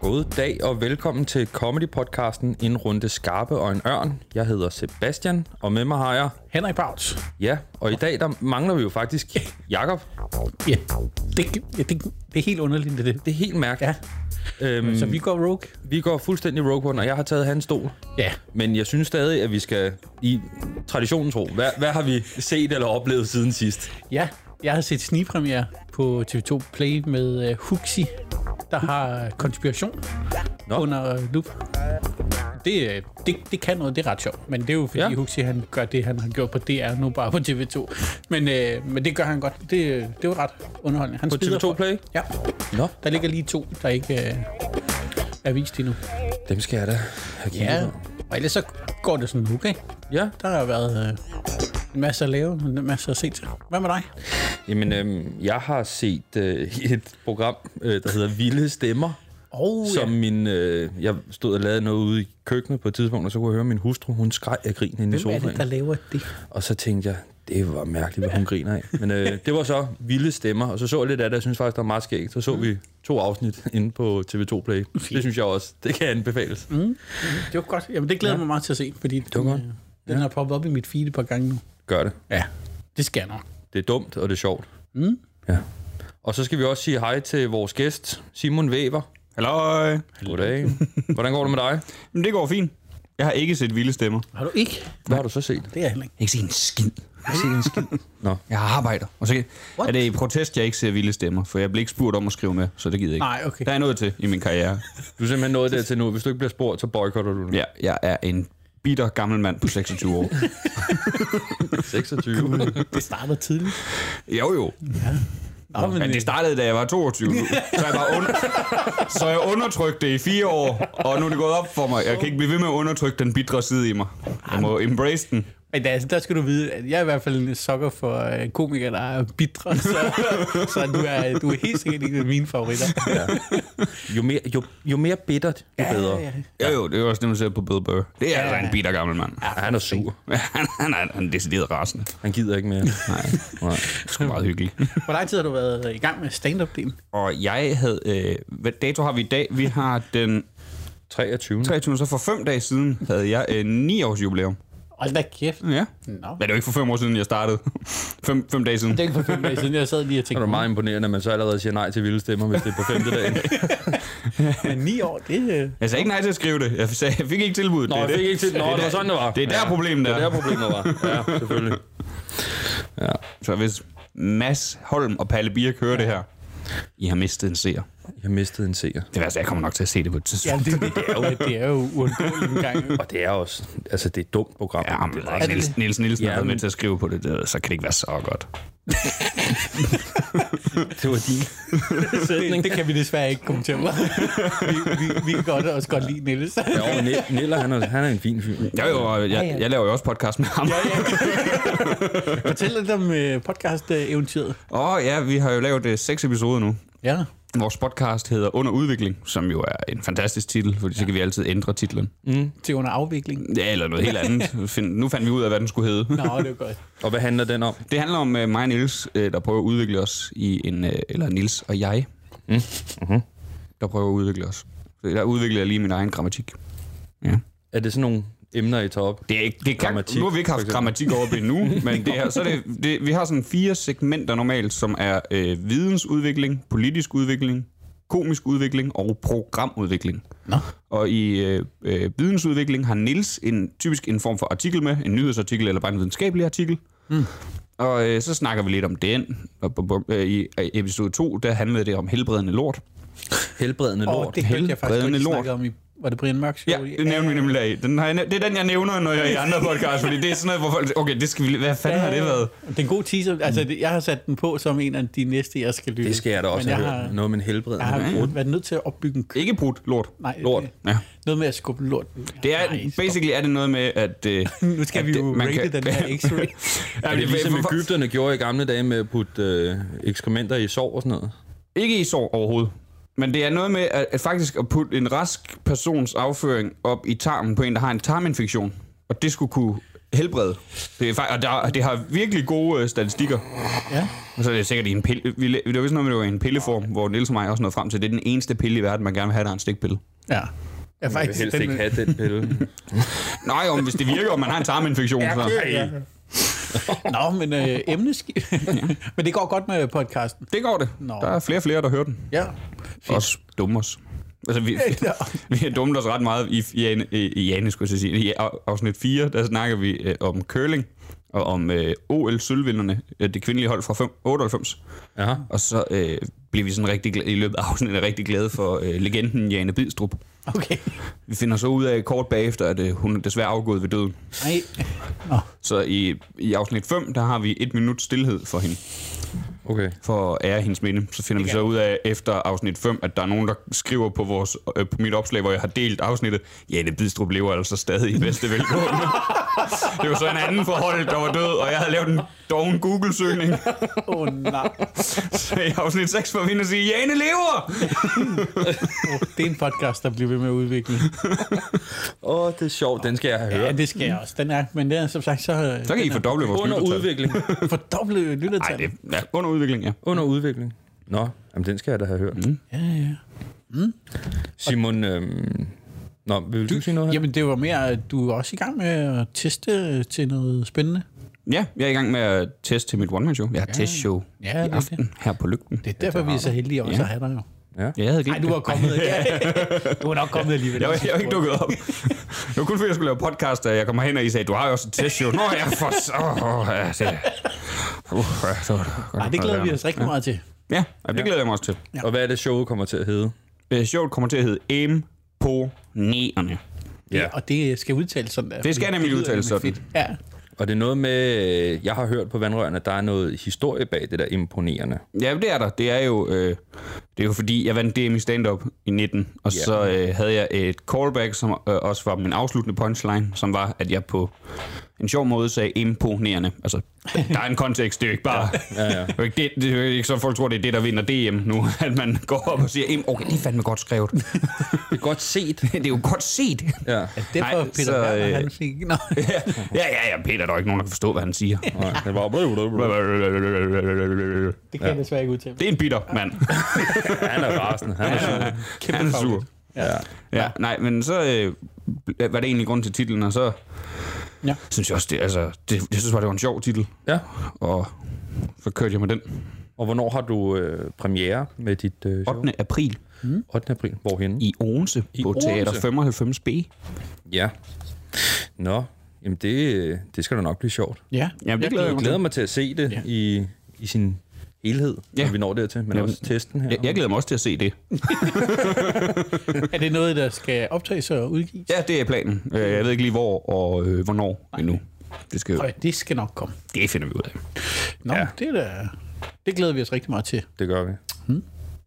God dag og velkommen til comedy-podcasten En Runde Skarpe og en Ørn. Jeg hedder Sebastian, og med mig har jeg... Henrik Bauts. Ja, og i dag der mangler vi jo faktisk Jakob. Ja, det, ja, det, det er helt underligt, det, det. Det er helt Ja. mærkeligt. Ja. Øhm, Så vi går rogue. vi går fuldstændig rogue one, og jeg har taget hans stol. Ja. Men jeg synes stadig, at vi skal i traditionen tro. Hvad, hvad har vi set eller oplevet siden sidst? Ja, jeg har set snigpremiere på TV2 Play med uh, Huxi, der har konspiration Nå. Nå. under lup. Det, øh, det, det kan noget, det er ret sjovt. Men det er jo fordi Ja. ja. Huxi, han gør det, han har gjort på DR, nu bare på TV2. Men, øh, men det gør han godt. Det, øh, det var ret underholdende. Han På spider TV2 folk. Play? Ja, Nå, der ligger lige to, der ikke øh, er vist endnu. dem skal jeg da have kigget Ja, på. og ellers så går det sådan okay. Ja, Der har været øh, en masse at lave, en masse at se til. Hvad med dig? Jamen, øhm, jeg har set øh, et program, øh, der hedder Vilde Stemmer, Oh, som min... Øh, jeg stod og lavede noget ude i køkkenet på et tidspunkt, og så kunne jeg høre min hustru, hun skreg af grin inde i Hvem er det, der sofaen. laver det? Og så tænkte jeg, det var mærkeligt, hvad hun griner af. Men øh, det var så Vilde Stemmer, og så så jeg lidt af det, jeg synes faktisk, der var meget skægt. Så så vi Mm. to afsnit inde på TV2 Play. Det synes jeg også, det kan anbefales. Mm. Det var godt. Jamen, det glæder ja. mig meget til at se, fordi det var godt. Den, ja. har poppet op i mit feed et par gange nu. Gør det. Ja, det skal jeg nok. Det er dumt, og det er sjovt. Mm. Ja. Og så skal vi også sige hej til vores gæst, Simon Weber. Halløj. Goddag. Hvordan går det med dig? Men det går fint. Jeg har ikke set vilde stemmer. Har du ikke? Hvad har du så set? Det er jeg heller ikke. Jeg har ikke set en skid. Jeg har ikke set en skid. Nå. Jeg har arbejder. Og så What? er det i protest, jeg ikke ser vilde stemmer, for jeg blev ikke spurgt om at skrive med, så det gider jeg ikke. Nej, okay. Der er noget til i min karriere. Du er simpelthen nået dertil nu. Hvis du ikke bliver spurgt, så boykotter du den. Ja, jeg er en bitter gammel mand på 26 år. 26. Det starter tidligt. jo jo, Nå, men, øh, men det startede, da jeg var 22. Så jeg, var under... så jeg undertrykte det i fire år, og nu er det gået op for mig. Jeg kan ikke blive ved med at undertrykke den bitre side i mig. Jeg må embrace den. men der, der skal du vide, at jeg er i hvert fald en sokker for øh, komikere, der er bitre, så, så du, er, du er helt sikkert ikke mine favoritter. Ja. Jo, mere, jo, jo mere bittert, jo bedre. ja, ja. Jo jo, det er jo også det, man ser på Bill Burr. Det er altså en bitter gammel mand. Ja, han er sur. han, han, er, han er decideret rasende. Han gider ikke mere. Nej, Nej. det er sgu meget hyggeligt. Hvor lang tid har du været øh, i gang med stand-up-delen? Og jeg havde... Øh, hvad dato har vi i dag? Vi har den 23. 23. Så for fem dage siden havde jeg øh, 9 års jubilæum. Hold da kæft. Ja. Nå. Men det var ikke for fem år siden, jeg startede. fem, fem dage siden. Det er ikke for fem dage siden, jeg sad lige og Det tænkte, er meget imponerende, at man så allerede siger nej til vilde stemmer, hvis det er på femte dagen. men ni år, det... øh, Jeg sagde ikke nej til at skrive det. Jeg, sagde, jeg fik ikke tilbuddet. Nå, Det jeg er det. fik ikke til. Nå, det var sådan, det var. Det er der ja. problemet Det er. er der problemet var. Ja, selvfølgelig. Så hvis Mads Holm og Palle Birk hører det her, I har mistet en seer. Jeg mistede en seer. Det værste, jeg kommer nok til at se det på et Ja, tidspunkt. det, det, det, er jo, det er jo uundgåeligt en gang. Og det er også... Altså, det er et dumt program. Ja, men det Niels, Niels, Niels Nielsen Ja, ja, har været men- med til at skrive på det, der, så kan det ikke være så godt. det var din sætning. Det kan vi desværre ikke kommentere på. Vi, vi, vi kan godt også godt lide Niels. Ja, og Ni- Niller, han er, han er en fin fyr. Jo, jo, og jeg, ja. jeg laver jo også podcast med ham. Fortæl lidt om øh, podcast-eventyret. Åh oh, ja, vi har jo lavet øh, seks episoder nu. Ja. Vores podcast hedder Under Udvikling, som jo er en fantastisk titel, fordi så kan vi altid ændre titlen. Til under afvikling. Ja, eller noget helt andet. Find- nu fandt vi ud af, hvad den skulle hedde. Nå, det var godt. Og hvad handler den om? Det handler om uh, mig og Niels, uh, der prøver at udvikle os i en... Uh, eller Niels og jeg, mm. mm-hmm. der prøver at udvikle os. Så Der udvikler jeg lige min egen grammatik. Ja. Er det sådan nogle emner, I tager op? Det er ikke, det kan, Grammatik, nu har vi ikke for haft eksempel. grammatik oppe endnu, men det er, så er det, det, vi har sådan fire segmenter normalt, som er øh, vidensudvikling, politisk udvikling, komisk udvikling og programudvikling. Nå. Og i øh, øh, vidensudvikling har Nils en, typisk en form for artikel med, en nyhedsartikel eller bare en videnskabelig artikel. Mm. Og øh, så snakker vi lidt om den. Og, bum, bum, øh, I øh, episode 2, der handlede det om helbredende lort. Helbredende Og lort. det hørte jeg faktisk Helbredende godt, lort. lort. om i... Var det Brian Mørk Ja, show? det nævner vi nemlig af. Den har jeg, næv- det er den, jeg nævner, når jeg er i andre podcasts, fordi det er sådan noget, hvor folk... siger, Okay, det skal vi... Hvad fanden har det været? Det er en god teaser. Altså, det, jeg har sat den på som en af de næste, jeg skal lytte. Det skal jeg da også Men jeg have har, hørt. Noget med en helbredende jeg har været nødt til at opbygge en... Ikke brudt lort. Nej, lort. det- Ja. Noget med at skubbe lort. Det er, Nej, stop. basically er det noget med, at... Øh, Nu skal at vi det- jo man rate kan- den her X-ray. Ja, Er det ligesom Ægypterne gjorde i gamle dage med at putte øh, ekskrementer i sov og sådan noget? Ikke i sår overhovedet. Men det er noget med at, at faktisk at putte en rask persons afføring op i tarmen på en, der har en tarminfektion. Og det skulle kunne helbred. Det er faktisk, og der, det har virkelig gode øh, statistikker. Ja. Og så er det sikkert i en pille. Vi, la- det var vist noget med, det var i en pilleform, hvor Niels og mig også nåede frem til, at det er den eneste pille i verden, man gerne vil have, der er en stikpille. Ja. Ja, Jeg vil faktisk. helst den- ikke have den pille. Nej, om hvis det virker, og man har en tarminfektion, så... Ej, Nå, men øh, emneski... men det går godt med podcasten. Det går det. Nå. Der er flere og flere, der hører den. Ja. Også dumme os. Altså, vi, Ja. vi har dummet os ret meget i, i, Ane- i, i Ane, skulle jeg så sige. I a- afsnit 4, der snakker vi øh, om curling og om øh, OL-sølvvinderne, øh, det kvindelige hold fra fem, 98. Ja. Og så øh, blev vi sådan rigtig glade, i løbet af afsnittet rigtig glade for øh, legenden Jane Bidstrup. Okay. Vi finder så ud af kort bagefter, at øh, hun er desværre afgået ved døden. Nej. Nå. Så i, i afsnit 5, der har vi et minut stillhed for hende, Okay. for at ære hendes minde. Så finder vi så ud af efter afsnit 5, at der er nogen, der skriver på, vores, øh, på mit opslag, hvor jeg har delt afsnittet, Jane Bidstrup lever altså stadig i bedste velgående. det var så en anden forhold, der var død, og jeg havde lavet en doven Google-søgning. Åh, oh, nej. Så i afsnit 6 får vi ind og sige, Jane lever! Oh, det er en podcast, der bliver ved med at udvikle. Åh, oh, det er sjovt. Den skal jeg have hørt. Ja, det skal jeg også. Den er, men den er som sagt så... øh, Så kan I fordoble vores Under lyttertal. udvikling. Fordoble Nej, lyttertal. det er ja, under udvikling, ja. Under udvikling. Nå, jamen, den skal jeg da have hørt. Mm. Ja, ja. Mm. Simon, øhm... Nå, vil du, sige noget her? Jamen, det var mere, at du er også i gang med at teste til noget spændende. Ja, jeg er i gang med at teste til mit one-man-show. Jeg har ja. testshow Ja, ja, det i er aften det. her på lygten. Det er derfor, vi er så heldige også Ja. at have dig jo. Ja, jeg Nej, havde glemt du det. var kommet. Ja. Du var nok kommet alligevel. Jeg var, jeg var ikke dukket op. Det var kun fordi, jeg skulle lave podcast, og jeg kommer hen, og I sagde, du har jo også et testshow. Nå, jeg for så... Oh, ja, det, uh, ja, så var det, Nej, det glæder vi os rigtig meget til. Ja, ja det glæder jeg mig også til. Ja. Og hvad er det, showet kommer til at hedde? Øh, Showet kommer til at hedde Imponerende. Ja. Og det skal udtales sådan der. Det skal fordi nemlig lyder udtales nemlig sådan. fedt. Ja. Og det er noget med, øh, jeg har hørt på vandrørene, at der er noget historie bag det der imponerende. Ja, det er der. Det er jo, øh, det er jo fordi, jeg vandt DM i stand-up i 19, og Ja. yeah. så øh, havde jeg et callback, som øh, også var min afsluttende punchline, som var, at jeg på en sjov måde sagde imponerende. Altså, der er en kontekst, det er jo ikke bare... Ja, ja, ja. Det, er jo ikke det, det er jo ikke så folk tror, det er det, der vinder DM nu, at man går op og siger, "Im- okay, det er fandme godt skrevet. Det er godt set. det er jo godt set. Ja. Derfor Nej, Nej, Peter så, så, Werner, øh, han fik... Nå, ja, ja, ja, Peter, der er jo ikke nogen, der kan forstå, hvad han siger. Nej, det var bare... det kan ja. jeg desværre ikke udtale. Det er en bitter mand. Han er rasende. Han er sur. Kæmpe Han er fagligt. sur. Ja. Ja, nej, men så øh, var det egentlig grund til titlen, og så Ja. ja. synes jeg også, det, altså, det, jeg synes bare, det var en sjov titel, ja. og så kørte jeg med den. Og hvornår har du øh, premiere med dit øh, show? 8. april 8. april. Hvorhenne? i Odense I på Odense? Odense. Teater 95B. Ja. Nå, jamen det, øh, det skal da nok blive sjovt. Ja, Jamen, det glæder jeg Jeg mig glæder til. mig til at se det Ja. ja. i, i sin helhed, Ja. ja. når vi når dertil, men Jamen, også testen her. Jeg, jeg glæder mig også til at se det. Er det noget, der skal optages og udgives? Ja, det er planen. Øh, Jeg ved ikke lige hvor og øh, hvornår endnu. Det, skal, Høj, det skal nok komme. det finder vi ud af. Nå, ja. det, er da, det glæder vi os rigtig meget til. Det gør vi.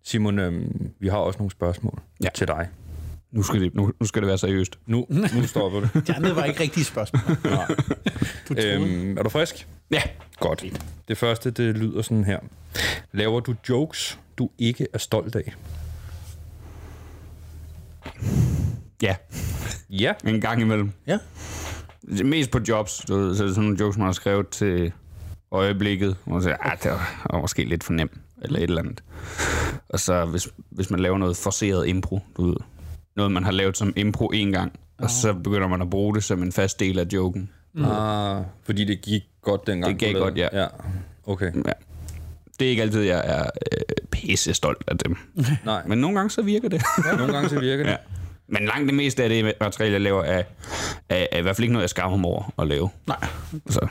Simon, øhm, vi har også nogle spørgsmål Hmm. Ja. ja. til dig. Nu skal, det, nu, nu skal det være seriøst. Nu, nu stopper du. Det andet var ikke rigtige spørgsmål. Du troede. Øhm. øhm, er du frisk? Ja. Godt. Det første, det lyder sådan her. Laver du jokes, du ikke er stolt af? Ja. Ja. En gang imellem. Ja. Mest på jobs. Du ved, så er det sådan nogle jokes, man har skrevet til øjeblikket. Og så siger, ah, det var, var måske lidt for nem, eller et eller andet. Og så hvis, hvis man laver noget forceret impro, du ved. Noget, man har lavet som impro en gang, og så begynder man at bruge det som en fast del af joken. Mm. Ah, fordi det gik godt dengang. Det gik du lavede godt, ja. ja. Okay. Ja. Det er ikke altid, jeg er øh, pisse stolt af dem. Nej, Men nogle gange så virker det. nogle gange så virker det. ja. Men langt det meste af det materiale, jeg laver, er, er, er i hvert fald ikke noget, jeg skammer mig over at lave. Nej, Så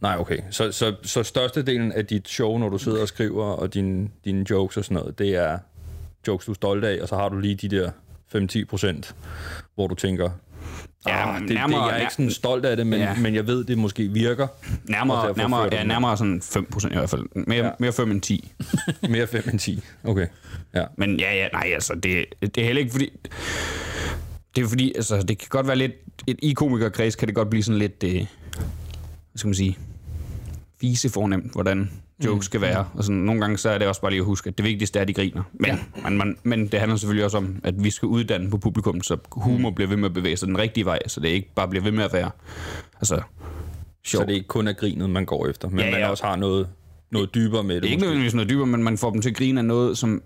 Nej, okay. Så, så, så størstedelen af dit show, når du sidder og skriver, og dine, dine jokes og sådan noget, det er jokes, du er stolt af, og så har du lige de der 5-10 procent, hvor du tænker, Ja, ja, men Ah, det, det, nærmere- jeg er ikke sådan stolt af det, men, Ja. ja. men jeg ved, det måske virker. Og Nærmere, derfor fører nærmere, du ja, den. nærmere sådan 5 procent i hvert fald. Mere, ja. Ja. mere 5 end 10. Mere 5 end 10. Okay. Ja. Men ja, ja, nej, altså, det, det er heller ikke fordi... Det er fordi, altså, det kan godt være lidt... Et, I komikerkreds kan det godt blive sådan lidt... Øh, hvad skal man sige? Fise fornemt, hvordan jokes mm. skal være. Og sådan, nogle gange så er det også bare lige at huske, at det vigtigste er, at de griner. Men, ja. man, man, men det handler selvfølgelig også om, at vi skal uddanne på publikum, så humor bliver ved med at bevæge sig den rigtige vej, så det ikke bare bliver ved med at være altså, Så sjovt. det Det, er ikke kun er grinet, man går efter, men Ja, ja, ja. ja. man også har noget, noget dybere med det. det er ikke måske. nødvendigvis noget dybere, men man får dem til at grine af noget, som,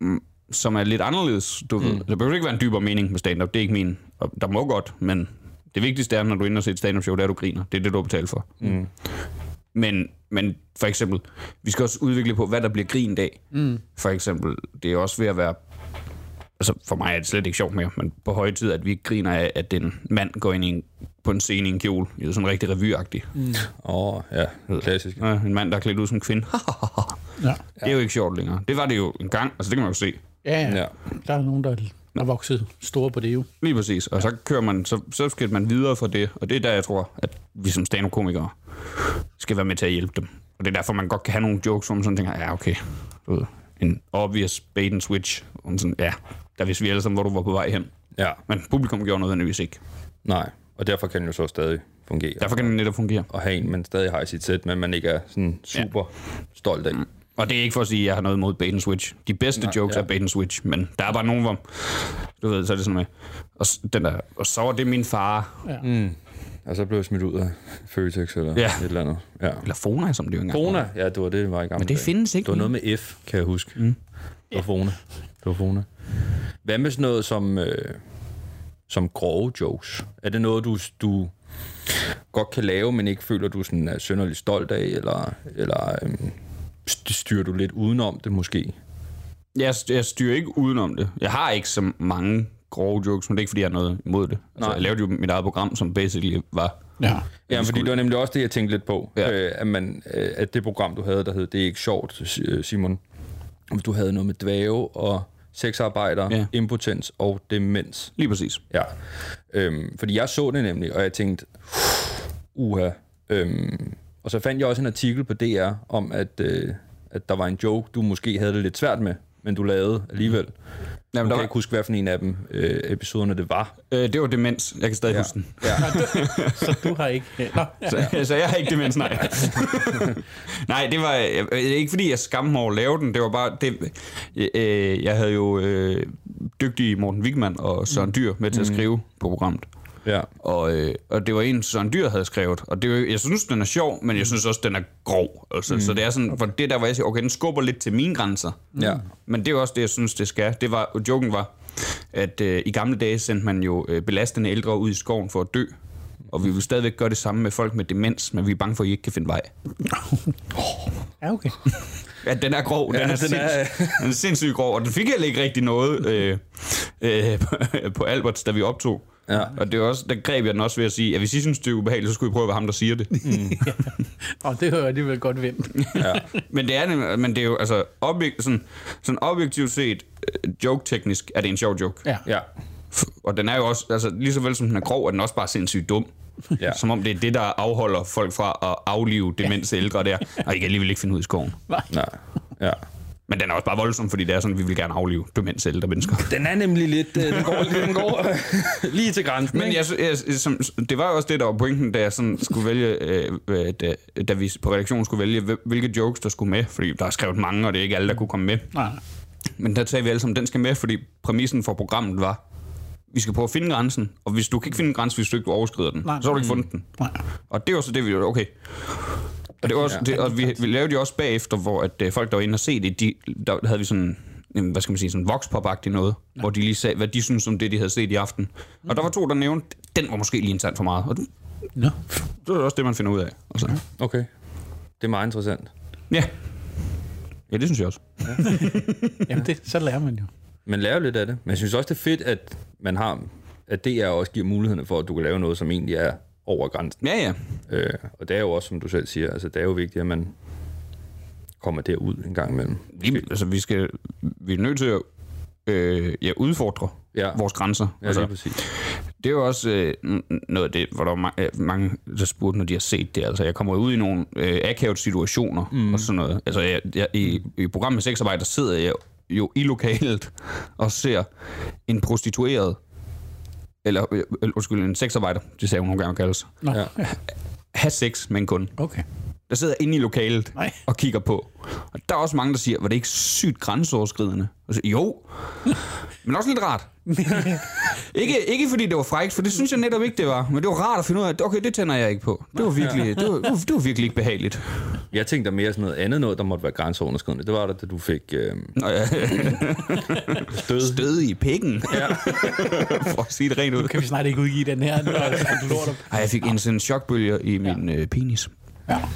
mm, som er lidt anderledes. Du ved. Der behøver ikke være en dybere mening med stand-up, det er ikke min. Og der må godt, men det vigtigste er, når du er inde og ser et stand-up show, det er, at du griner. Det er det, du har betalt for. Mm. Men, men for eksempel, vi skal også udvikle på, hvad der bliver grin dag. Mm. For eksempel, det er også ved at være... Altså, for mig er det slet ikke sjovt mere, men på høje tid, at vi ikke griner af, at en mand går ind i en, på en scene i en kjole. Det er jo sådan rigtig revyagtigt. Mm. Åh, oh, ja, klassisk. Ja, en mand, der er klædt ud som kvinde. Ja. det er jo ikke sjovt længere. Det var det jo en gang. Altså, det kan man jo se. Ja, ja. Ja. Der er nogen, der er vokset store på det jo. Lige præcis. Og så kører man, så, så skal man videre fra det. Og det er der, jeg tror, at vi som stand-up-komikere skal være med til at hjælpe dem. Og det er derfor, man godt kan have nogle jokes, hvor man sådan tænker, ja, okay, du ved, en obvious bait and switch. Hvor man sådan, ja, der vidste vi alle sammen, hvor du var på vej hen. Ja, Men publikum gjorde nødvendigvis ikke. nej. Og derfor kan den jo så stadig fungere. Derfor kan det netop fungere. Og have en, man stadig har i sit sæt, men man ikke er sådan super ja. Mm. stolt af. Og det er ikke for at sige, at jeg har noget imod bait and switch. De bedste Nej, jokes ja. ja. er bait and switch, men der er bare nogen, hvor... Du ved, så er det sådan med... Og, s- den der, og så var det min far. Og så blev jeg smidt ud af Føtex eller Ja. ja. et eller andet. Ja. Eller Fona, som det jo engang Fona, ja, det var det, det var i gamle Men det dage. findes ikke Det var noget med F, kan jeg huske. Mm. Det var Fona. Det var Fona. Hvad med sådan noget som, øh, som grove jokes? Er det noget, du, du godt kan lave, men ikke føler, du sådan er synderligt stolt af, eller, eller øh, styrer du lidt udenom det måske? Jeg, jeg styrer ikke udenom det. Jeg har ikke så mange grove jokes, men det er ikke, fordi jeg har noget imod det. Altså, Nej. jeg lavede jo mit eget program, som basically var... Ja. Ja, fordi det var nemlig også det, jeg tænkte lidt på. Ja. Ja. Øh, at, man, øh, at det program, du havde, der hed Det er ikke sjovt, Si- øh, Simon. Om Du havde noget med dvæve og sexarbejdere, Ja. ja. impotens og demens. Lige præcis. Ja. Øhm, fordi jeg så det nemlig, og jeg tænkte, uha. Øhm, og så fandt jeg også en artikel på DR om, at, øh, at der var en joke, du måske havde det lidt svært med, men du lavede alligevel. Mm. Jeg Jamen, der kan var, ikke huske, hvad for en af dem øh, episoderne det var. øh, det var demens. Jeg kan stadig ja. huske den. ja. Så du har ikke... Nå, ja. Så, så jeg har ikke demens, nej. nej, det var øh, øh, ikke, fordi jeg skammer mig over at lave den. Det var bare... Det, øh, jeg havde jo øh, dygtige Morten Wigman og Søren Dyr med til at skrive på programmet. ja. Og, øh, og det var en, Søren Dyr havde skrevet. Og det, var- jeg synes, den er sjov, men jeg synes også, den er grov. Altså, mm. Så det er sådan, for det der, hvor jeg siger, okay, den skubber lidt til mine grænser. Ja. Men det er jo også det, jeg synes, det skal. Det var, joken var, at øh, i gamle dage sendte man jo øh, belastende ældre ud i skoven for at dø. Og vi vil stadigvæk gøre det samme med folk med demens, men vi er bange for, at I ikke kan finde vej. ja, okay. Ja, den er grov. Den, ja, er, den, er, den er sindssygt grov, og den fik heller ikke rigtig noget øh, øh, på- på Alberts, da vi optog. Ja. Og det er også, der greb jeg den også ved at sige, at hvis I synes, det er ubehageligt, så skulle I prøve at være ham, der siger det. Mm. Og det hører jeg alligevel godt vendt. men, det er, nemlig- men det er jo, altså, objek, sådan, sådan objektivt set, øh, joke-teknisk, er det en sjov joke. Ja. ja. F- Og den er jo også, altså, lige så vel som den er grov, er den også bare sindssygt dum. Ja. Som om det er det, der afholder folk fra at aflive demens ældre der. Og I kan alligevel ikke finde ud i skoven. Nej. Ja. Men den er også bare voldsom, fordi det er sådan, at vi vil gerne aflive demens ældre mennesker. Den er nemlig lidt, øh, den går, den går øh, lige til grænsen. Men ikke? jeg, sy- jeg, jeg, som, det var jo også det, der var pointen, da jeg sådan skulle vælge, øh, øh, da, da vi på redaktionen skulle vælge, hvil- hvilke jokes, der skulle med. Fordi der er skrevet mange, og det er ikke alle, der kunne komme med. Nej. Men der tager vi alle sammen, den skal med, fordi præmissen for programmet var, vi skal prøve at finde grænsen, og hvis du kan ikke finde en grænse, hvis du ikke overskrider den, Nej. så har du ikke fundet den. Nej. Og det var så det, vi gjorde. Okay. Og, det var også, det, og vi, vi lavede jo også bagefter, hvor at, øh, folk, der var inde og se det, de, der havde vi sådan, jamen, hvad skal man sige, sådan vokspåbagt i noget, ja. hvor de lige sagde, hvad de synes om det, de havde set i aften. Og der var to, der nævnte, den var måske lige en tand for meget. Og det, Nå. det var også det, man finder ud af. Og så, Okay. Det er meget interessant. ja. Ja, det synes jeg også. Jamen, det, så lærer man jo. Man lærer jo lidt af det. Men jeg synes også, det er fedt, at man har, at DR også giver muligheden for, at du kan lave noget, som egentlig er over grænsen. Ja, ja. Øh, og det er jo også, som du selv siger, altså det er jo vigtigt, at man kommer derud en gang imellem. Vi, altså, vi, skal, vi er nødt til at øh, ja, udfordre Ja. vores grænser. Ja, altså, lige præcis. det er jo også øh, n- noget af det, hvor der var ma- øh, mange, der spurgte, når de har set det. Altså, jeg kommer ud i nogle øh, akavet situationer mm. og sådan noget. Altså, jeg, jeg, i, i programmet med sexarbejde, der sidder jeg jo i lokalet og ser en prostitueret, eller øh, øh, undskyld, en sexarbejder, det sagde hun nogle gange kaldes, Nå. Ja. Ja. have sex med en kunde. Okay. der sidder inde i lokalet Nej. og kigger på. Og der er også mange, der siger, var det ikke sygt grænseoverskridende? Og så, jo, men også lidt rart. ikke, ikke fordi det var frækt, for det synes jeg netop ikke, det var. Men det var rart at finde ud af, at okay, det tænder jeg ikke på. Det var virkelig, det var, det var, det var virkelig ikke behageligt. Jeg tænkte mere sådan noget andet noget, der måtte være grænseoverskridende. Det var da, da du fik øh, Nå, ja. stød. Døde i pikken. Ja. For at sige det rent ud. Kan vi snart ikke udgive den her? Nu er det sådan, du lort op. Ej, jeg fik en sådan chokbølger i min øh, penis. Ja, fordi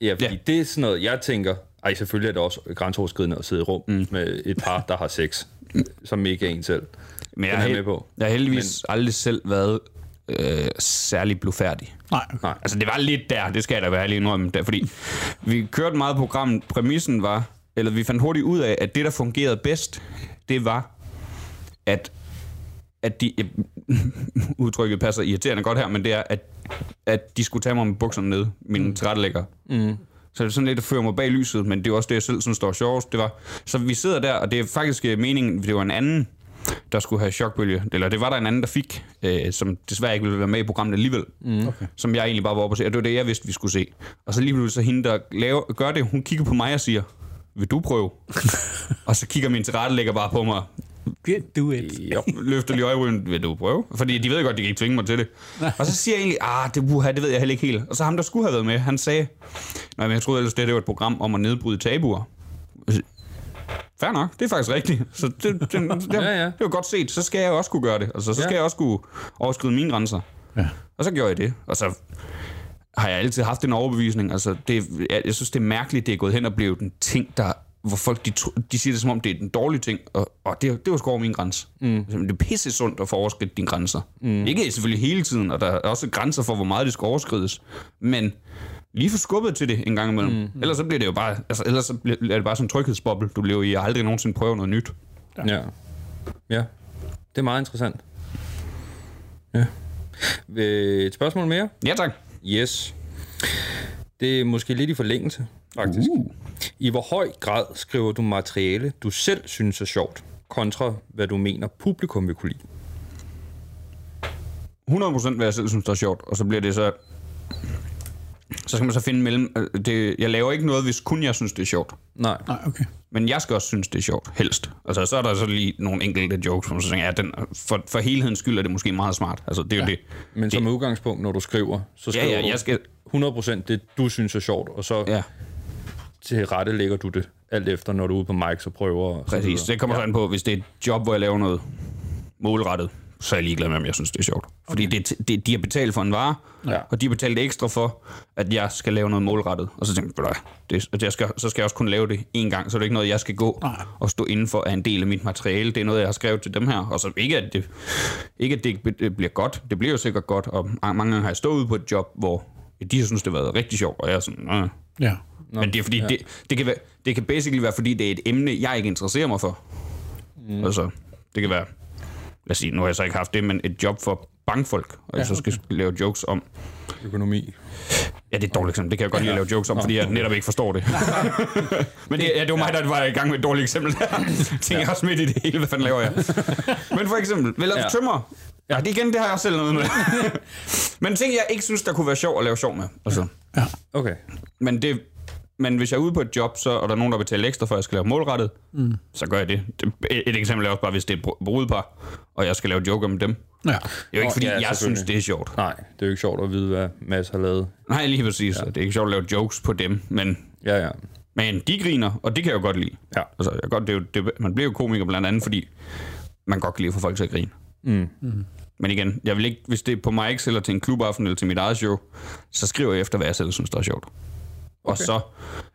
Ja. ja. det er sådan noget, jeg tænker, ej, selvfølgelig er det også grænseoverskridende at sidde i rum mm. med et par, der har sex, som ikke er en selv. Men jeg, Den er hel- jeg med på. jeg har heldigvis Men... aldrig selv været øh, særlig blufærdig. Nej. Nej. Altså, det var lidt der, det skal jeg da være lige indrømme, der, fordi vi kørte meget program. Præmissen var, eller vi fandt hurtigt ud af, at det, der fungerede bedst, det var, at at de, udtrykket passer irriterende godt her, men det er, at, at de skulle tage mig med bukserne nede, min tilrettelægger. Mm. Så det er sådan lidt, at føre mig bag lyset, men det er jo også det, jeg selv synes, der var sjovest. Det var, så vi sidder der, og det er faktisk øh, meningen, det var en anden, der skulle have chokbølge. Eller det var der en anden, der fik, øh, som desværre ikke ville være med i programmet alligevel. Mm. Okay. Som jeg egentlig bare var oppe og se, og det var det, jeg vidste, vi skulle se. Og så lige pludselig så hende, der laver, gør det, hun kigger på mig og siger, vil du prøve? og så kigger min tilrettelægger bare på mig, Get do it. Jo. løfter lige øjebryn, vil du prøve? Fordi de ved godt, de kan ikke tvinge mig til det. Og så siger jeg egentlig, ah, det, uha, det ved jeg heller ikke helt. Og så ham, der skulle have været med, han sagde, nej, men jeg troede ellers, det, her, det var et program om at nedbryde tabuer. Fair nok, det er faktisk rigtigt. Så det, det, det, det, Ja, ja. det var godt set, så skal jeg også kunne gøre det. Altså, så skal ja. Ja. jeg også kunne overskride mine grænser. Ja. Og så gjorde jeg det. Og så har jeg altid haft en overbevisning. Altså, det, jeg, jeg synes, det er mærkeligt, det er gået hen og blevet en ting, der hvor folk de, tro- de siger det, som om det er den dårlige ting, og, og det, det var sgu over min grænse. Mm. Det er pisse sundt at få overskridt dine grænser. Mm. Ikke selvfølgelig hele tiden, og der er også grænser for, hvor meget det skal overskrides, men lige få skubbet til det en gang imellem. Mm. Ellers så bliver det jo bare, altså, ellers så bliver, er det bare sådan en tryghedsboble, du lever i, og aldrig nogensinde prøver noget nyt. Ja. Ja. Det er meget interessant. Ja. Øh, Et spørgsmål mere? Ja tak. Yes. Det er måske lidt i forlængelse, faktisk. Uh. I hvor høj grad skriver du materiale, du selv synes er sjovt, kontra hvad du mener, publikum vil kunne lide? 100% hvad jeg selv synes, der er sjovt, og så bliver det så... Så skal man så finde mellem... øh, Det, jeg laver ikke noget, hvis kun jeg synes, det er sjovt. Nej. Nej, okay. Men jeg skal også synes, det er sjovt, helst. Altså, så er der så lige nogle enkelte jokes, hvor man så tænker, ja, den, for, for helhedens skyld er det måske meget smart. Altså, det er jo ja. det. Men som udgangspunkt, når du skriver, så Ja, skriver ja, jeg skal- du 100% det, du synes er sjovt, og så Ja, til rette lægger du det alt efter, når du er ude på mic, så prøver og så præcis. videre. Det kommer ja. sådan på, hvis det er et job, hvor jeg laver noget målrettet, så er jeg ligeglad med, om jeg synes, det er sjovt. Fordi det, det, de har betalt for en vare, Ja. og de har betalt ekstra for, at jeg skal lave noget målrettet. Og så tænker jeg, "Ved du hvad, det, at jeg skal, så skal jeg også kun lave det én gang, så er det ikke noget, jeg skal gå Nej. og stå inden for af en del af mit materiale. Det er noget, jeg har skrevet til dem her. Og så ikke, at det, ikke, at det ikke be- bliver godt. Det bliver jo sikkert godt, og mange gange har jeg stået ude på et job, hvor de har synes, det har været rigtig sjovt, og jeg er sådan, "Nå, Ja. Nå, men det er fordi, ja. det, det, kan være, det kan basically være, fordi det er et emne, jeg ikke interesserer mig for. Mm. Altså, det kan være, lad os sige, nu har jeg så ikke haft det, men et job for bankfolk, og jeg så skal lave jokes om. Økonomi. Ja, det er et dårligt eksempel. Det kan jeg godt lide at lave jokes om, fordi jeg netop ikke forstår det. men det, ja, det var mig, der var i gang med et dårligt eksempel der. Tænker jeg også midt i det hele, hvad fanden laver jeg? men for eksempel, vil jeg ja. Ja. tømmer? Ja, det igen, det har jeg også selv noget med. men ting, jeg ikke synes, der kunne være sjov at lave sjov med. Altså. Okay. Men, det, men hvis jeg er ude på et job, så, og der er nogen, der betaler ekstra for, at jeg skal lave målrettet, mm. så gør jeg det. det. Et eksempel er også bare, hvis det er et br- brudepar, og jeg skal lave joke om dem. Det Ja. er jo ikke, Nå, fordi ja, jeg synes, selvfølgelig. det er sjovt. Nej, det er jo ikke sjovt at vide, hvad Mads har lavet. Nej, lige præcis. Ja. Det er ikke sjovt at lave jokes på dem, men, Ja, ja. men de griner, og det kan jeg jo godt lide. Ja. Altså, jeg kan godt, det er jo, det, man bliver jo komiker blandt andet, fordi man godt kan lide at få folk til at grine. Mm. Men igen, jeg vil ikke, hvis det er på mics eller til en klubaften eller til mit eget show, så skriver jeg efter, hvad jeg selv synes, der er sjovt. Og okay. så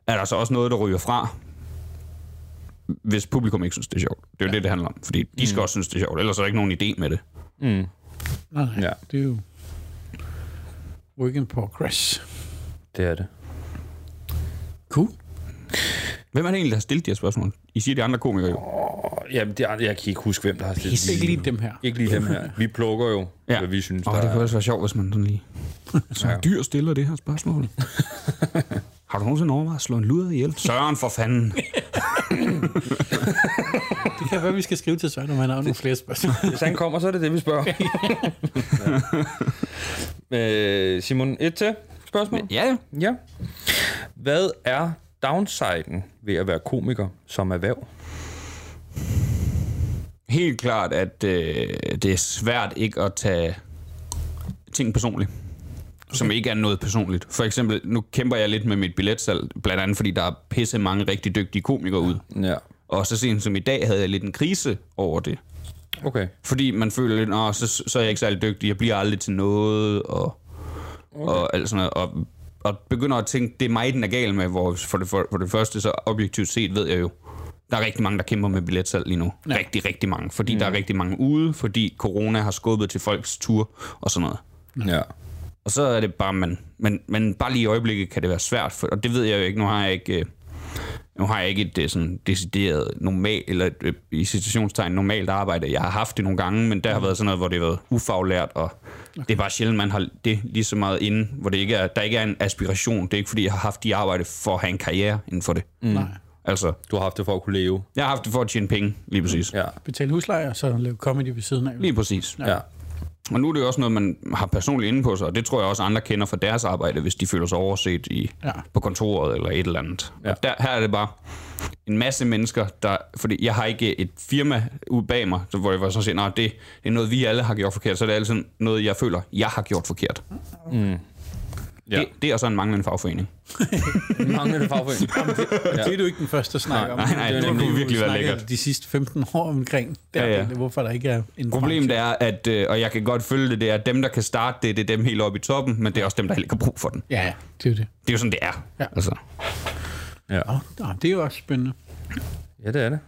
er der så også noget, der ryger fra, hvis publikum ikke synes, det er sjovt. Det er jo ja. det, det handler om. Fordi de skal mm. også synes, det er sjovt. Ellers er der ikke nogen idé med det. Mm. Nej, nej. Ja. Det er jo... Work in progress. Det er det. Cool. Hvem er det egentlig, der har stillet de her spørgsmål? I siger de andre komikere jo. Jamen, det er, jeg kan ikke huske, hvem der har stillet Pisse. Ikke lige dem her. Ikke lige dem her. Vi plukker jo, Ja. ja. hvad vi synes, Åh, der det kunne er. også være sjovt, hvis man sådan lige... Så en dyr stiller det her spørgsmål. har du nogensinde overvejet at slå en luder ihjel? Søren for fanden. Det kan være, vi skal skrive til Søren, om han har nogle flere spørgsmål. Hvis han kommer, så er det det, vi spørger. ja. øh, Simon, et til spørgsmål? ja, Ja. Hvad er downsiden ved at være komiker som erhverv? Helt klart, at øh, det er svært ikke at tage ting personligt. Som ikke er noget personligt. For eksempel, nu kæmper jeg lidt med mit billetsalg, blandt andet fordi der er pisse mange rigtig dygtige komikere ud. Ja. Og så sent som i dag havde jeg lidt en krise over det. Okay. Fordi man føler lidt, at så, så er jeg ikke særlig dygtig, jeg bliver aldrig til noget, og, okay. og alt sådan noget. Og, og begynder at tænke, det er mig, den er gal med, hvor for det, for, for det første, så objektivt set ved jeg jo, der er rigtig mange, der kæmper med billetsalg lige nu. Ja. Rigtig, rigtig mange. Fordi mm. der er rigtig mange ude, fordi corona har skubbet til folks tur og sådan noget. Ja. Og så er det bare, man, men, men bare lige i øjeblikket kan det være svært, for, og det ved jeg jo ikke, nu har jeg ikke... øh, Nu har jeg ikke et øh, sådan decideret normal, eller et, øh, i situationstegn normalt arbejde. Jeg har haft det nogle gange, men der har været sådan noget, hvor det har været ufaglært, og okay. det er bare sjældent, man har det lige så meget inde, hvor det ikke er, der ikke er en aspiration. Det er ikke, fordi jeg har haft de arbejde for at have en karriere inden for det. Mm. Nej. Altså, Du har haft det for at kunne leve. jeg har haft det for at tjene penge, lige præcis. Ja. Betale husleje, og så lave comedy ved siden af. Lige præcis. Ja. Og nu er det jo også noget, man har personligt inde på sig, og det tror jeg også, andre kender fra deres arbejde, hvis de føler sig overset i, Ja. ja. på kontoret eller et eller andet. Ja. Ja. Og der, her er det bare en masse mennesker, der, fordi jeg har ikke et firma ude bag mig, så hvor jeg var sådan siger, nej, det, det er noget, vi alle har gjort forkert, så er det er altid noget, jeg føler, jeg har gjort forkert. Ja. Ja. Det, det er så en manglende fagforening. Manglende fagforening. Ja. Det er du ikke den første, der snakker om. Nej, nej, er det nemlig, kunne vi virkelig være snakkede lækkert. De sidste 15 år omkring, der, ja, Ja, ja. ja. hvorfor der ikke er en Problemet branche. er, at, øh, og jeg kan godt følge det, det er, at dem, der kan starte det, det er dem helt oppe i toppen, men det er også dem, der heller ikke har brug for den. Ja, ja, det er jo det. Det er jo sådan, det er. Ja. Altså. ja. Nå, nå, det er jo også spændende. Ja, det er det.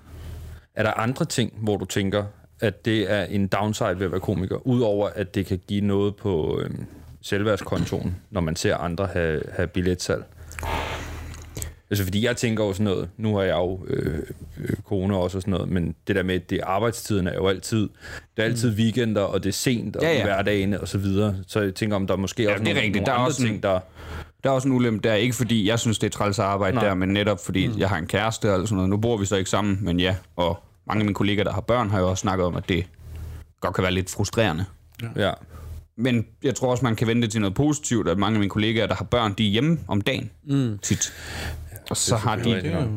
Er der andre ting, hvor du tænker, at det er en downside ved at være komiker, udover at det kan give noget på øhm, selvværdskontoen, når man ser andre have, have billetsalg? Altså, fordi jeg tænker jo sådan noget, nu har jeg jo øh, øh, kone også og sådan noget, men det der med, at det er arbejdstiden er jo altid, det er altid weekender, og det er sent, og Mm. Ja, ja, ja. ja. hverdagen og så videre. Så jeg tænker, om der måske ja, også det er nogle, rigtigt. nogle Der er andre også en- ting, der... Der er også en ulempe der, ikke fordi jeg synes, det er træls at arbejde Nej. der, men netop fordi mm. jeg har en kæreste og alt sådan noget. Nu bor vi så ikke sammen, men ja, og mange af mine kolleger, der har børn, har jo også snakket om, at det godt kan være lidt frustrerende. Ja, Men jeg tror også, man kan vente det til noget positivt, at mange af mine kolleger, der har børn, de er hjemme om dagen mm. tit. Og så har de... selvfølgelig rigtigt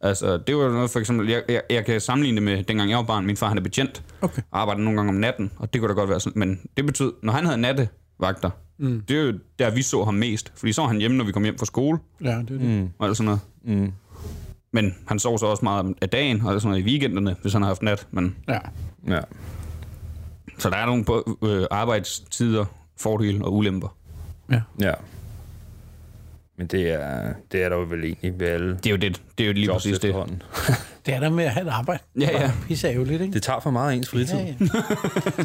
Altså, det var jo noget, for eksempel, jeg, jeg, jeg kan sammenligne det med, dengang jeg var barn, min far han er betjent, Okay. og arbejder nogle gange om natten, og det kunne da godt være sådan, men det betød, når han havde nattevagter, mm. det er jo der, vi så ham mest, fordi så var han hjemme, når vi kom hjem fra skole, Ja, det er det. Mm. og alt sådan noget. Mm. Men han sov så også meget om- af dagen, og alt sådan noget i weekenderne, hvis han har haft nat. Men, Ja. ja. så der er nogle på- øh, arbejdstider, fordele og ulemper. ja. Ja. Men det er, det er der jo vel egentlig ved alle Det er jo det. Det er jo lige jobs præcis det. efterhånden. Det er der med at have et arbejde. Ja, ja. Pisse er jo lidt, ikke? Det tager for meget af ens fritid. Ja, Ja, ja. ja.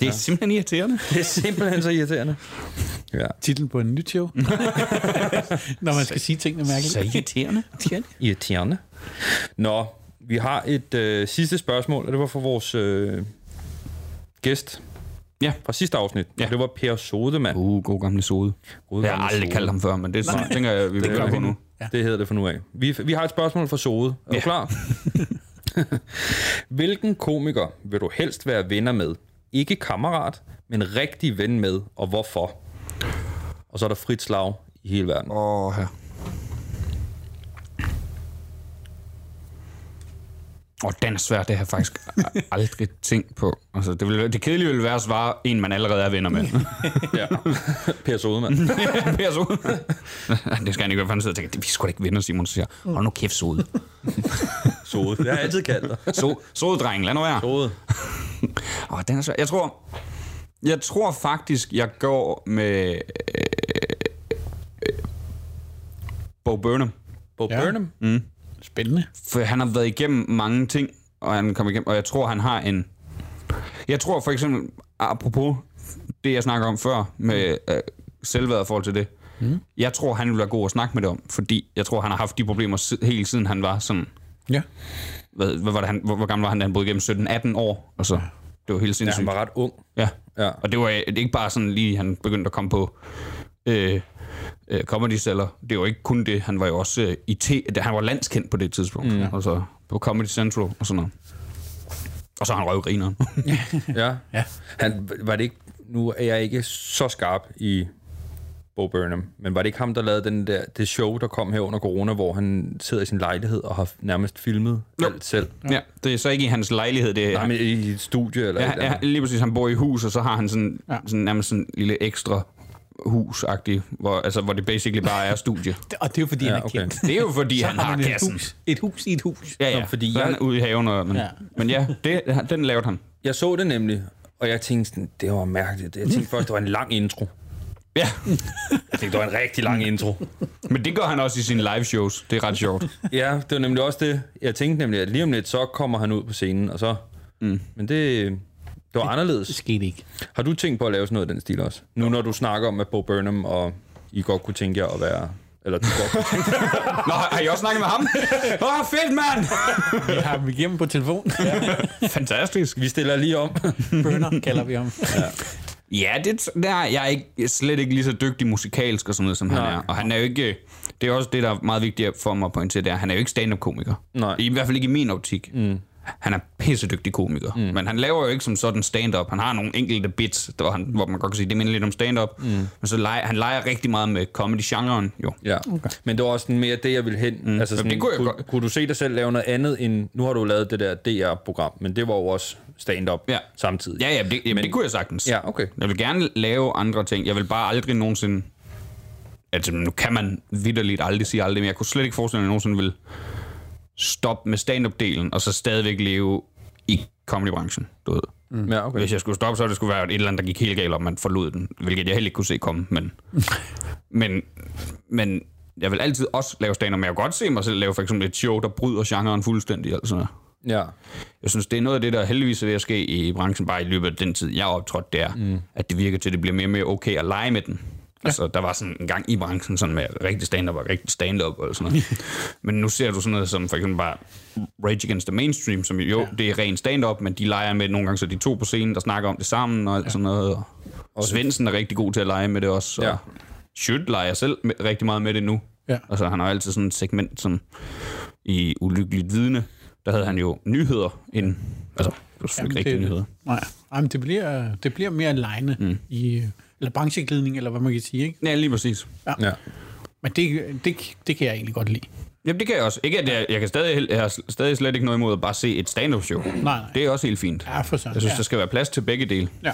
Det er simpelthen irriterende. Det er simpelthen så irriterende. Ja. Titlen på en nyt show. Når man skal sige tingene mærkeligt. Så irriterende. Irriterende. Nå, vi har et øh, sidste spørgsmål, og det var fra vores øh, gæst Ja. fra sidste afsnit. Ja. Ja. Det var Per Sodemann. Uh, god gamle sode. God Jeg har gammel aldrig Sode. kaldt ham før, men det er, tænker jeg, vi vil gøre på nu. Ja. Det hedder det for nu af. Vi, vi har et spørgsmål fra Sode. Er du Ja. klar? Hvilken komiker vil du helst være venner med? Ikke kammerat, men rigtig ven med, og hvorfor? Og så er der frit slag i hele verden. Åh, her. Og den er svær, det har jeg faktisk a- aldrig tænkt på. Altså, det, ville, det kedelige ville være at svare en, man allerede er venner med. Ja. per Sodemann. Per Sode. det skal han ikke være, for han sidder og tænker, "Det- vi skulle da ikke venner, Simon. Så siger jeg, hold nu kæft, Sode. Sode. Det har jeg altid kaldt dig. So, Sode, dreng, lad nu være. Sode. Åh, den er svær. Jeg tror, jeg tror faktisk, jeg går med... Øh, øh, øh, Bo Burnham. Bo Ja. ja. Mm. Burnham. Spændende. For han har været igennem mange ting, og han kom igennem, og jeg tror, han har en... Jeg tror for eksempel, apropos det, jeg snakker om før, med øh, selvværd i forhold til det, mm. jeg tror, han ville være god at snakke med det om, fordi jeg tror, han har haft de problemer si- hele siden han var sådan... Ja. Hvad, hvad var det, han, hvor, hvor gammel var han, da han boede igennem 17-18 år? Og så, det var helt Ja, sindssygt. han var ret ung. Ja. Ja. Og det var øh, det er ikke bare sådan lige, han begyndte at komme på øh, øh, comedy celler. Det var ikke kun det, han var jo også øh, i te- han var landskendt på det tidspunkt. Mm. Altså på Comedy Central og sådan noget. Og så er han røvgrineren. Ja. Ja. Han, var det ikke, nu er jeg ikke så skarp i Bo Burnham. Men var det ikke ham, der lavede den der, det show, der kom her under corona, hvor han sidder i sin lejlighed og har nærmest filmet jo. alt selv? Ja, det er så ikke i hans lejlighed, det er... Nej, men i et studie eller et Ja, eller ja, andet. lige præcis. Han bor i hus, og så har han sådan, ja. Ja. sådan nærmest sådan en lille ekstra hus hvor, altså, hvor det basically bare er studie. Og det er jo fordi, ja, han Ja, er okay. kendt. Det er jo, fordi Så han har man et kassen. hus, et hus i et hus. Ja, ja. Nå, fordi fordi jeg... jeg- Han er ude i haven, og, men, ja. Ja. men ja, det, den lavede han. Jeg så det nemlig, og jeg tænkte sådan, det var mærkeligt. Jeg tænkte først, det var en lang intro. Ja, Jeg tænkte, det var en rigtig lang intro. men det gør han også i sine live shows. Det er ret sjovt. Ja, det var nemlig også det. Jeg tænkte nemlig, at lige om lidt, så kommer han ud på scenen, og så... Mm. Men det, det var Det anderledes. skete ikke. Har du tænkt på at lave sådan noget i den stil også? Nu når du snakker om, at Bo Burnham og I godt kunne tænke jer at være... Eller du godt kunne Nå, har I også snakket med ham? Åh, oh, fedt, mand! Vi har ham igennem på telefon. Fantastisk. Vi stiller lige om. Burner kalder vi ham. Ja, det, der, jeg er ikke, jeg er slet ikke lige så dygtig musikalsk og sådan noget, som Nej. han er. Og han er jo ikke... Det er også det, der er meget vigtigt for mig at pointere, det er, at han er jo ikke stand-up-komiker. Nej. I hvert fald ikke i min optik. Mm. Han er pissedygtig komiker, mm. men han laver jo ikke som sådan stand-up. Han har nogle enkelte bits, der, han, hvor man godt kan sige, det minder lidt om stand-up. Mm. Men så leger, han leger rigtig meget med comedy-genren, jo. Ja, okay. men det var også sådan mere det, jeg ville hen. Mm. Altså sådan, Jamen, det kunne jeg kunne, godt- kunne du se dig selv lave noget andet end... Nu har du lavet det der DR-program, men det var jo også stand-up Ja. ja. samtidig. Ja, Mm. ja, det, jamen, men, det kunne jeg sagtens. Ja, okay. Jeg vil gerne lave andre ting. Jeg vil bare aldrig nogensinde... Altså, nu kan man vidderligt aldrig sige aldrig, men jeg kunne slet ikke forestille mig, at jeg nogensinde vil stoppe med stand-up-delen, og så stadigvæk leve i comedybranchen, du ved. Mm. Ja, okay. Hvis jeg skulle stoppe, så det skulle være et eller andet, der gik helt galt, og man forlod den, hvilket jeg heller ikke kunne se komme, men... men, men jeg vil altid også lave stand-up, men jeg kan godt se mig selv lave for eksempel et show, der bryder genren fuldstændig, altså. Ja. Jeg synes, det er noget af det, der heldigvis er ved at ske i branchen, bare i løbet af den tid, jeg har optrådt, det er, mm. at det virker til, at det bliver mere og mere okay at lege med den. Altså, der var sådan en gang i branchen sådan med rigtig stand-up og rigtig stand-up og sådan noget. men nu ser du sådan noget som for eksempel bare Rage Against the Mainstream, som jo, ja. det er ren stand-up, men de leger med det nogle gange, så de er to på scenen, der snakker om det sammen og alt ja. sådan noget. Og Svendsen er rigtig god til at lege med det også. Og ja. Ja. Schødt leger selv med, rigtig meget med det nu. Ja. Altså, han har jo altid sådan et segment, som i Ulykkeligt Vidne, der havde han jo nyheder ind. Altså, det var selvfølgelig ikke rigtige nyheder. Nej, Jamen, det, bliver, det bliver mere lejende mm. i eller brancheglidning, eller hvad man kan sige. Ikke? Ja, lige præcis. ja. Men det, det, det kan jeg egentlig godt lide. Jamen, det kan jeg også. Ikke, at jeg, jeg, kan stadig, jeg har stadig slet ikke noget imod at bare se et stand-up show. Nej, nej. Det er også helt fint. Ja, for sådan. Jeg synes, ja. der skal være plads til begge dele. Ja.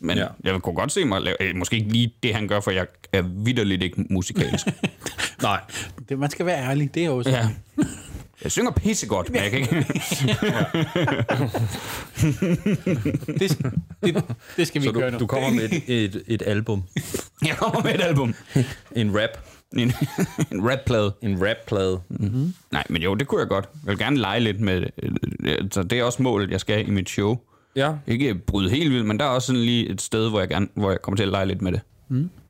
Men ja. Ja. jeg kunne godt se mig lave, øh, måske ikke lige det, han gør, for jeg er vidderligt ikke musikalsk. Nej. Det, man skal være ærlig, det er også. ja. Jeg synger pissegodt, men jeg kan ikke... Det, det, det skal vi Så ikke gøre du, nu. du kommer med et, et, et album. Jeg kommer med et album. En rap. En, en rapplade. En rapplade. Mm. Nej, men jo, det kunne jeg godt. Jeg vil gerne lege lidt med det. Så det er også målet, jeg skal have i mit show. Ja. Ikke bryde helt vildt, men der er også sådan lige et sted, hvor jeg, gerne, hvor jeg kommer til at lege lidt med det.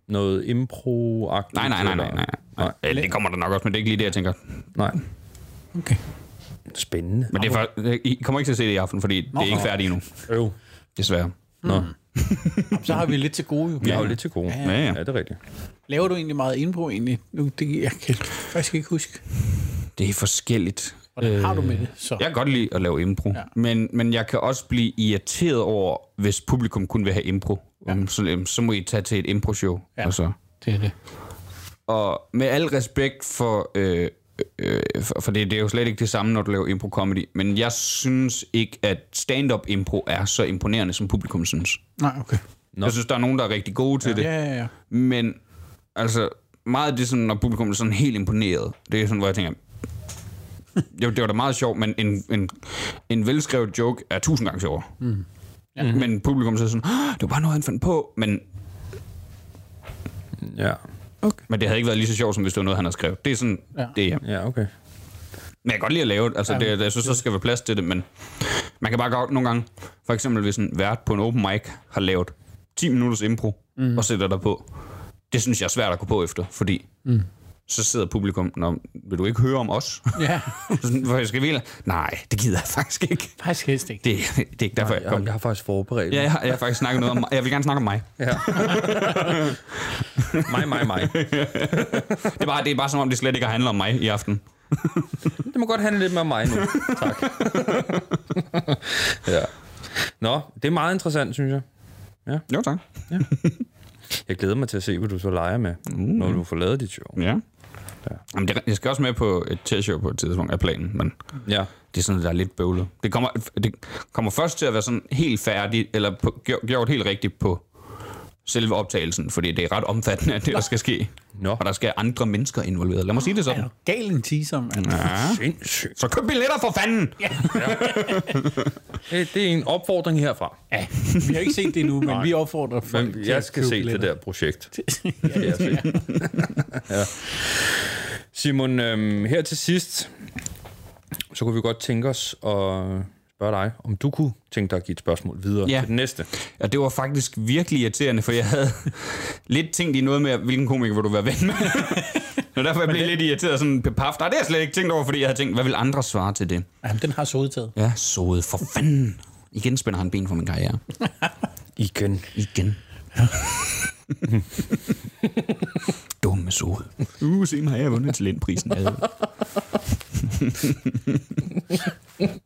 Noget impro -agtigt, Nej, nej, nej, nej, nej. nej. Eller, det kommer der nok også, men det er ikke lige det, jeg tænker. Nej. Okay. Spændende. Men det er for, I kommer ikke til at se det i aften, fordi det er ikke færdigt endnu, Øv. desværre. Nå, Mm. Jamen, Så har vi lidt til gode. Jo. vi har jo lidt til gode. Ja, ja. Ja, det er rigtigt. Laver du egentlig meget indbrug egentlig? Nu, det, jeg kan faktisk ikke huske. Det er forskelligt. Hvordan øh, har du med det? Så? Jeg kan godt lide at lave impro, ja. men, men jeg kan også blive irriteret over, hvis publikum kun vil have impro. Ja. Så, øhm, så må I tage til et impro-show. Ja. Altså. Det er det. Og med al respekt for, øh, øh, for, for det, det er jo slet ikke det samme, når du laver impro-comedy, men jeg synes ikke, at stand-up impro er så imponerende, som publikum synes. Nej, okay. Nå. Jeg synes, der er nogen, der er rigtig gode til ja. det, Ja, ja, ja. men altså, meget af det, sådan, når publikum er sådan helt imponeret, det er sådan, hvor jeg tænker, jo, det var da meget sjovt, men en, en, en velskrevet joke er tusind gange sjovere. Mm. Ja. Men publikum så er sådan, "Åh, det var bare noget, han fandt på, men Ja, men det havde ikke været lige så sjovt, som hvis det var noget, han havde skrevet. Det er sådan, ja. Ja. det er. ja okay. Men jeg kan godt lide at lave det. Altså, ja, det, jeg synes, der skal være plads til det, men man kan bare godt nogle gange, for eksempel hvis en vært på en open mic har lavet 10 minutters impro mm. og sætter dig på, det synes jeg er svært at gå på efter, fordi mm. så sidder publikum, Nå, vil du ikke høre om os? Ja, Sådan, Hvor jeg skal vi? Nej, det gider jeg faktisk ikke. faktisk helst ikke. Det, det er ikke derfor, jeg Jeg, kom. jeg har faktisk forberedt Ja, jeg har, jeg har faktisk snakket noget om mig. Jeg vil gerne snakke om mig. ja. mig, mig, mig. Det er bare, det er bare som om, det slet ikke har handlet om mig i aften. Det må godt handle lidt mere om mig nu. Tak. ja. Nå, det er meget interessant, synes jeg. Jo, tak. Jeg glæder mig til at se, hvad du så leger med, mm. når du får lavet dit show. Ja. Jamen, det, jeg skal også med på et testshow på et tidspunkt af planen, men Ja. det er sådan, der er lidt bøvlet. Det kommer, det kommer først til at være sådan helt færdigt, eller på, gjort, gjort helt rigtigt på selve optagelsen, fordi det er ret omfattende, at det, der skal ske. Nå. Og der skal andre mennesker involveret. Lad mig sige det Er sådan. du gal en teaser, mand? Ja. Sindssygt. Så køb billetter for fanden! Det, det er en opfordring herfra. Ja, vi har ikke set det endnu, men vi opfordrer folk Men til at jeg skal købe se det billetter. der projekt. ja, det skal jeg se. ja. Simon, øhm, her til sidst, så kunne vi godt tænke os at spørge dig, om du kunne tænke dig at give et spørgsmål videre Ja. til den næste. Ja, det var faktisk virkelig irriterende, for jeg havde lidt tænkt i noget med, hvilken komiker vil du være ven med? Og derfor jeg blev lidt irriteret sådan bepaft. Nej, det har jeg slet ikke tænkt over, fordi jeg havde tænkt, hvad vil andre svare til det? Jamen, den har så udtaget. Ja, sået for fanden. Igen spænder han ben for min karriere. Igen. Igen. Dumme sod. Uh, se mig, jeg har vundet talentprisen.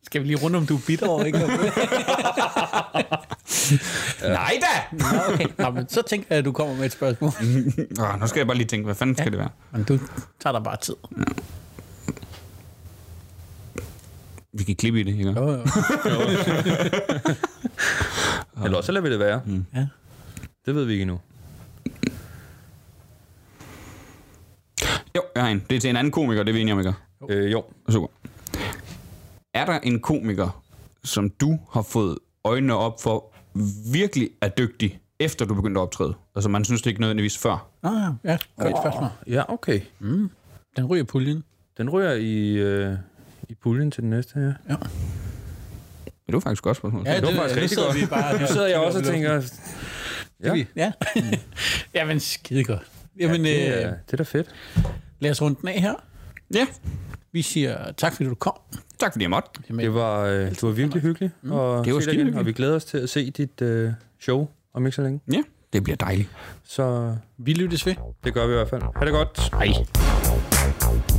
Skal vi lige rundt om, du er bitter over, ikke? Nej da! Nå, okay. Nå, men så tænker jeg, at du kommer med et spørgsmål. Mm. Oh, nu skal jeg bare lige tænke, hvad fanden skal det være? Men du tager dig bare tid. Vi kan klippe i det, ikke? Jo, jo. Eller også lader vi det være. Mm. Ja. Det ved vi ikke endnu. Jo, jeg har en. Det er til en anden komiker, det er vi enige om, ikke? Øh, jo. Super. Er der en komiker, som du har fået øjnene op for, virkelig er dygtig, efter du begyndte at optræde? Altså, man synes det ikke nødvendigvis før. Ah, ja, godt spørgsmål. Ja, okay. Den ryger puljen. Den ryger i, øh, i puljen til den næste, ja. Det var faktisk et godt spørgsmål. Ja, det var faktisk rigtig godt. Nu sidder jeg også og tænker, ja, det Ja. Jamen, skide godt. Jamen, ja, øh, er, Mm. det er da fedt. lad os runde den af her. ja. Vi siger tak, fordi du kom. Tak fordi jeg måtte. Det var, øh, det var virkelig hyggeligt mm. at Det var se dig igen, skidehyggeligt. og vi glæder os til at se dit øh, show om ikke så længe. Ja, det bliver dejligt. Så Vi lyttes ved. det gør vi i hvert fald. Ha' det godt. Hej. Thank you.